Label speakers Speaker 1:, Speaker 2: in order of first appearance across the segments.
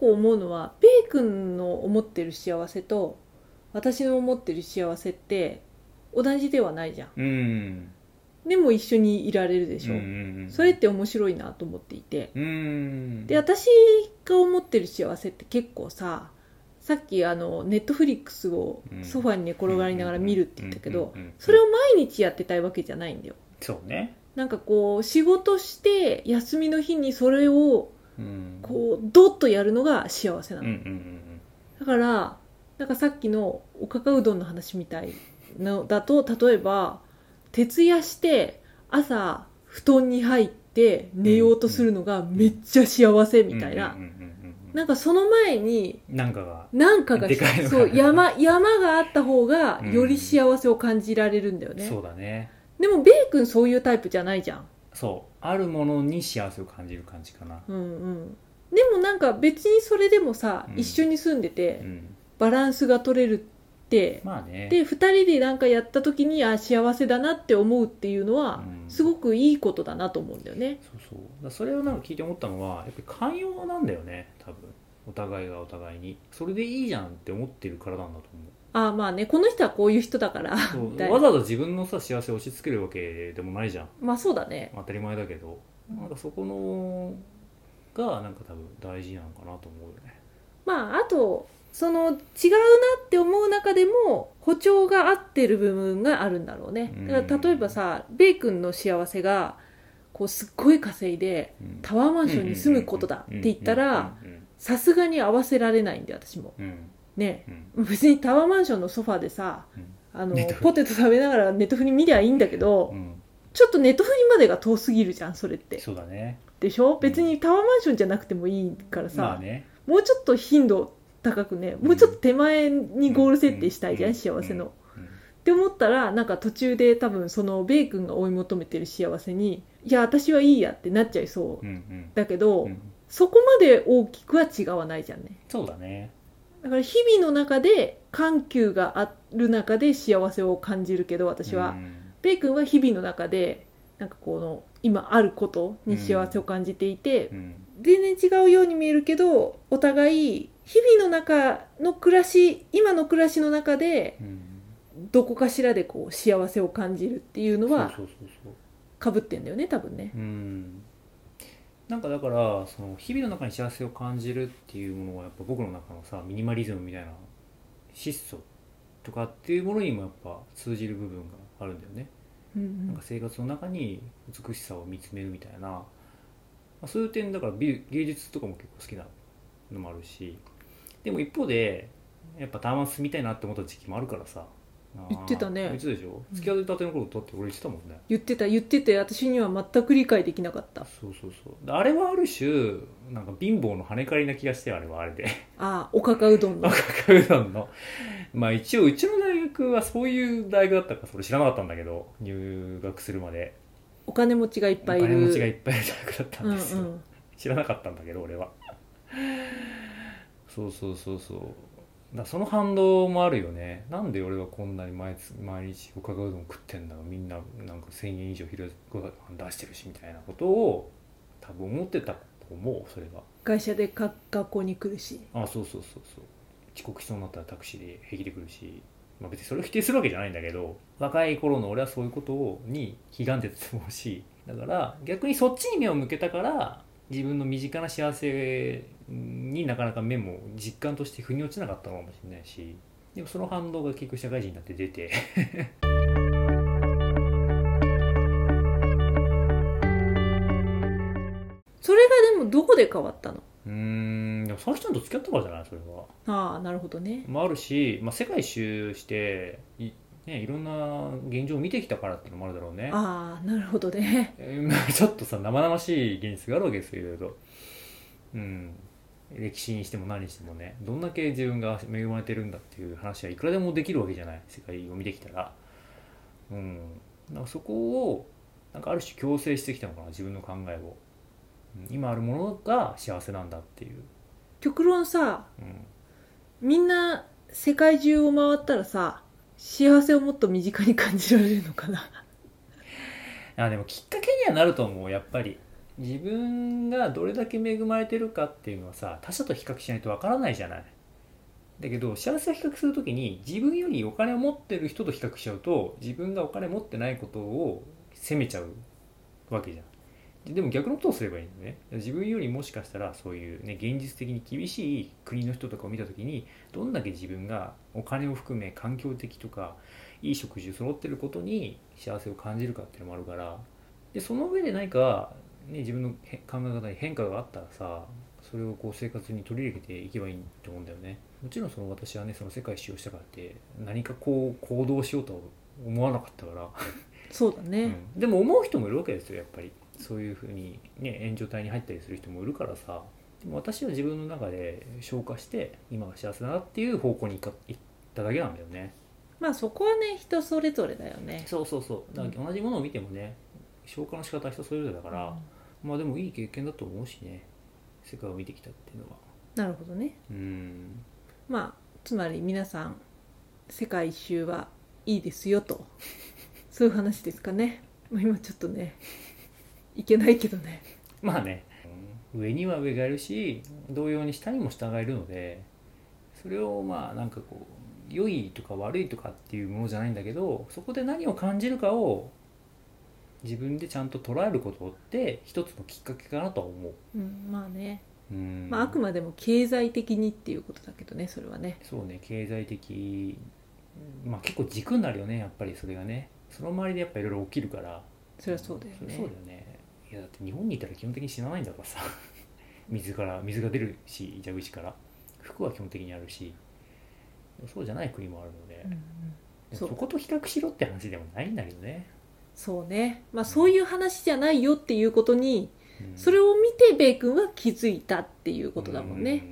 Speaker 1: 思うのはベイ君の思ってる幸せと私の思ってる幸せって同じではないじゃん
Speaker 2: うん
Speaker 1: でも一緒にいられるでしょ、
Speaker 2: うんうんうん
Speaker 1: それって面白いなと思っていて
Speaker 2: うん
Speaker 1: で私が思ってる幸せって結構ささっきあのネットフリックスを
Speaker 2: うん
Speaker 1: ソファに寝転がりながら見るって言ったけど
Speaker 2: うんうんうんうん
Speaker 1: それを毎日やってたいわけじゃないんだよ
Speaker 2: そうね、
Speaker 1: なんかこう仕事して休みの日にそれを
Speaker 2: うん、
Speaker 1: こうドッとやるのが幸せな
Speaker 2: う
Speaker 1: の、
Speaker 2: んうんうん
Speaker 1: だからなんかさっきのおかかうどんの話みたいのだと例えば徹夜して朝布団に入って寝ようとするのがめっちゃ幸せ
Speaker 2: うん
Speaker 1: みたいな、
Speaker 2: うんうんうんうん
Speaker 1: なんかその前に
Speaker 2: うん、なんかが
Speaker 1: 何かが
Speaker 2: でかいのが
Speaker 1: そう山山があった方が
Speaker 2: うん
Speaker 1: より幸せを感じられるんだよね、
Speaker 2: そうだね
Speaker 1: でもベイ君そういうタイプじゃないじゃん
Speaker 2: そうあるものに幸せを感じる感じかな、
Speaker 1: うんうんでもなんか別にそれでもさ、
Speaker 2: うん
Speaker 1: 一緒に住んでて
Speaker 2: うん、
Speaker 1: バランスが取れるって
Speaker 2: まあね
Speaker 1: で2人でなんかやった時にあ幸せだなって思うっていうのは、
Speaker 2: うん
Speaker 1: すごくいいことだなと思うんだよね
Speaker 2: そうそうだからそれをなんか聞いて思ったのはやっぱり寛容なんだよね多分お互いがお互いにそれでいいじゃんって思ってるからなんだと
Speaker 1: ああまあねこの人はこういう人だから
Speaker 2: 思う
Speaker 1: み
Speaker 2: そ
Speaker 1: た
Speaker 2: う
Speaker 1: い
Speaker 2: わ
Speaker 1: な
Speaker 2: ざわざ自分のさ幸せを押し付けるわけでもないじゃん
Speaker 1: まあそうだね
Speaker 2: 当たり前だけどなんかそこのがなんか多分大事なのかなと思うよね
Speaker 1: まああとその違うなって思う中でも歩調が合ってる部分があるんだろうねだか
Speaker 2: う
Speaker 1: ら
Speaker 2: ん
Speaker 1: 例えばさベイ君の幸せがこうすっごい稼いで
Speaker 2: うん
Speaker 1: タワーマンションに住むことだって言ったら
Speaker 2: うん
Speaker 1: さすがに合わせられないんで私も
Speaker 2: うんうん
Speaker 1: ね
Speaker 2: うん
Speaker 1: 別にタワーマンションのソファでさ
Speaker 2: うん
Speaker 1: あの
Speaker 2: ネットフリ
Speaker 1: ポテト食べながらネットフリ見りゃいいんだけど、
Speaker 2: うん
Speaker 1: ちょっとネットフリまでが遠すぎるじゃんそれって
Speaker 2: そうだね
Speaker 1: でしょ別にタワーマンションじゃなくてもいいからさ、
Speaker 2: まあね
Speaker 1: もうちょっと頻度高くねもうちょっと手前にゴール設定したいじゃん、
Speaker 2: うん
Speaker 1: 幸せの、っ
Speaker 2: うん
Speaker 1: て思ったらなんか途中で多分そのベイ君が追い求めてる幸せにいや私はいいやってなっちゃいそう、
Speaker 2: うんうん
Speaker 1: だけど、
Speaker 2: うん
Speaker 1: そこまで大きくは違わないじゃんね
Speaker 2: そうだね
Speaker 1: だから日々の中で緩急がある中で幸せを感じるけど私は、
Speaker 2: うん
Speaker 1: ペイ君は日々の中でなんかこの今あることに幸せを感じていて、
Speaker 2: うん
Speaker 1: 全然違うように見えるけどお互い日々の中の暮らし今の暮らしの中で
Speaker 2: うん
Speaker 1: どこかしらでこう幸せを感じるっていうのは
Speaker 2: そうそうそうそう
Speaker 1: かぶってんだよね多分ね。
Speaker 2: うんなんかだからその日々の中に幸せを感じるっていうものはやっぱ僕の中のさミニマリズムみたいな質素とかっていうものにもやっぱ通じる部分があるんだよね、
Speaker 1: うん
Speaker 2: なんか生活の中に美しさを見つめるみたいな、まあ、そういう点だから美芸術とかも結構好きなのもあるしでも一方でやっぱタワマン住みたいなって思った時期もあるからさ
Speaker 1: 言ってたね
Speaker 2: あー言ってたでしょ
Speaker 1: うん
Speaker 2: 付き合いたての頃だって俺言ってたもんね、
Speaker 1: 言ってた言ってて私には全く理解できなかった
Speaker 2: そうそうそうであれはある種なんか貧乏の跳ね返りな気がしてあれはあれで
Speaker 1: ああおかかうどんの
Speaker 2: 赤川うどんのまあ一応うちの大学はそういう大学だったからそれ知らなかったんだけど入学するまで
Speaker 1: お金持ちがいっ
Speaker 2: お
Speaker 1: ぱいいる
Speaker 2: 金持ちがいっぱいいる大学だったんですよ、
Speaker 1: うんうん、
Speaker 2: 知らなかったんだけど俺はそうそうそうそうだからその反動もあるよねなんで俺はこんなに毎つ毎日おかかうどん食ってんだろうみんななんか1,000円以上昼ご飯出してるしみたいなことを多分思ってたと思うそれは
Speaker 1: 会社でか学校に来るし
Speaker 2: あそうそうそうそう遅刻しそうになったらタクシーで平気で来るし、まあ、別にそれを否定するわけじゃないんだけど若い頃の俺はそういうことをに悲願でて思うしだから逆にそっちに目を向けたから自分の身近な幸せになかなか目も実感として腑に落ちなかったのかもしれないしでもその反動が結局社会人になって出て
Speaker 1: それがでもどこで変わったの
Speaker 2: うーんでも佐々木ちゃんと付き合ったからじゃないそれは。
Speaker 1: ああなるほどね
Speaker 2: もあるし、まあ、世界一周してい,、ね、いろんな現状を見てきたからっていうのもあるだろうね。
Speaker 1: ああなるほどね
Speaker 2: えーま あちょっとさ生々しい現実があるわけですよいろいろうん歴史にしても何にしてもねどんだけ自分が恵まれてるんだっていう話はいくらでもできるわけじゃない世界を見てきたらうんなんかそこをなんかある種強制してきたのかな自分の考えを、うん今あるものが幸せなんだっていう、
Speaker 1: 極論さ
Speaker 2: うん、
Speaker 1: みんな世界中を回ったらさ幸せをもっと身近に感じられるのかな
Speaker 2: あでもきっかけにはなると思うやっぱり自分がどれだけ恵まれてるかっていうのはさ他者と比較しないとわからないじゃないだけど幸せを比較するときに自分よりお金を持ってる人と比較しちゃうと自分がお金持ってないことを責めちゃうわけじゃんででも逆のことをすればいいんだよね自分よりもしかしたらそういうね現実的に厳しい国の人とかを見た時にどんだけ自分がお金を含め環境的とかいい食事を揃ってることに幸せを感じるかっていうのもあるからでその上で何か、ね、自分のへ考え方に変化があったらさそれをこう生活に取り入れていけばいいと思うんだよねもちろんその私はねその世界一周をしたからって何かこう行動しようとは思わなかったから
Speaker 1: そうだね、
Speaker 2: うんでも思う人もいるわけですよやっぱりそういうふうに、ね、援助隊に入ったりする人もいるからさでも私は自分の中で消化して今が幸せだなっていう方向に行か行っただけなんだよね
Speaker 1: まあそこはね人それぞれだよね
Speaker 2: そうそうそうだから同じものを見てもね消化の仕方は人それぞれだから、まあでもいい経験だと思うしね世界を見てきたっていうのは
Speaker 1: なるほどね
Speaker 2: うん
Speaker 1: まあつまり皆さん世界一周はいいですよと そういう話ですかねまあ今ちょっとねいけないけどね
Speaker 2: まあね上には上がいるし同様に下にも下がいるのでそれをまあなんかこう良いとか悪いとかっていうものじゃないんだけどそこで何を感じるかを自分でちゃんと捉えることって一つのきっかけかなとは思う。
Speaker 1: うんまあね、
Speaker 2: うん
Speaker 1: まあ、あくまでも経済的にっていうことだけどねそれはね
Speaker 2: そうね経済的まあ結構軸になるよねやっぱりそれがねその周りでやっぱいろいろ起きるから
Speaker 1: それはそうだよ
Speaker 2: そりゃそう
Speaker 1: ね
Speaker 2: だよねいやだって日本にいたら基本的に死なないんだからさ 水から水が出るし蛇口から服は基本的にあるしそうじゃない国もあるので,、
Speaker 1: うんうんそ
Speaker 2: そうこと比較しろって話でもないんだけどね、
Speaker 1: そうねまあそういう話じゃないよっていうことに
Speaker 2: うん
Speaker 1: それを見てベイ君は気づいたっていうことだもんね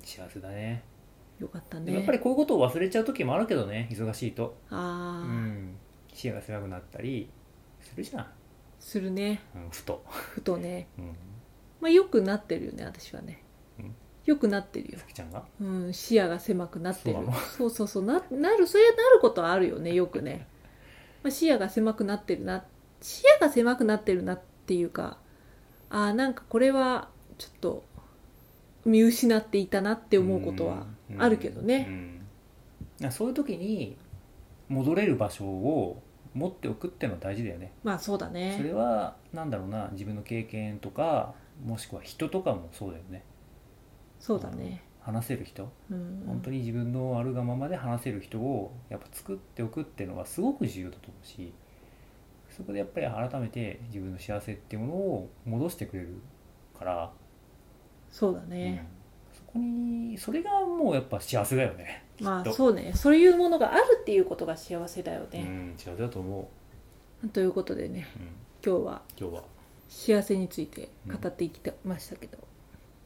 Speaker 2: うん幸せだね
Speaker 1: よかった
Speaker 2: でもやっぱ
Speaker 1: ね
Speaker 2: りこういうことを忘れちゃう時もあるけどね忙しいと、う
Speaker 1: ああ
Speaker 2: ん、視野が狭くなったりするじゃん、
Speaker 1: するね
Speaker 2: うん、ふと、
Speaker 1: ふとね
Speaker 2: うん、
Speaker 1: まあ良くなってるよね私はね
Speaker 2: うん
Speaker 1: 良くなってるよ
Speaker 2: さきちゃんが
Speaker 1: うん、視野が狭くなってる
Speaker 2: そうなの
Speaker 1: そうそうそうななるそれはなることはあるよ ねよくね、まあ、視野が狭くなってるな視野が狭くなってるなっていうかあーなんかこれはちょっと見失っていたなって思うことはあるけどね
Speaker 2: うんうんそういう時に戻れる場所を持っておくっていうのは大事だよね
Speaker 1: まあそうだ
Speaker 2: それ
Speaker 1: ね
Speaker 2: はなんだろうな自分の経験とかもしくは人とかもそうだよね
Speaker 1: そうだね
Speaker 2: 話せる人、
Speaker 1: うん
Speaker 2: 本当に自分のあるがままで話せる人をやっぱ作っておくっていうのはすごく重要だと思うしそこでやっぱり改めて自分の幸せっていうものを戻してくれるから、
Speaker 1: そうだ
Speaker 2: うん
Speaker 1: ね、
Speaker 2: そこにそれがもうやっぱ幸せだよね
Speaker 1: ま
Speaker 2: き
Speaker 1: あ
Speaker 2: っと
Speaker 1: そうねそういうものがあるっていうことが幸せだよ
Speaker 2: う
Speaker 1: ね、
Speaker 2: ん幸せだと思
Speaker 1: ということでね
Speaker 2: う、うん、
Speaker 1: 今日は
Speaker 2: 今日は
Speaker 1: 幸せについて語ってきてましたけど、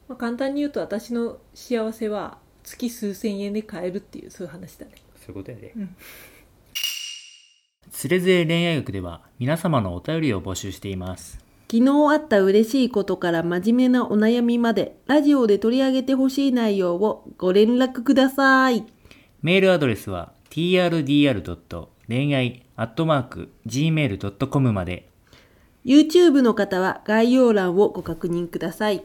Speaker 1: まあ、簡単に言うと私の幸せは月数千円で買えるっていうそういう話だね
Speaker 2: そういうことやで、
Speaker 1: うん
Speaker 2: つれづれ恋愛学では皆様のお便りを募集しています
Speaker 1: 昨日あった嬉しいことから真面目なお悩みまでラジオで取り上げてほしい内容をご連絡ください
Speaker 2: メールアドレスは trdr. 恋愛 .gmail.com まで
Speaker 1: YouTube の方は概要欄をご確認ください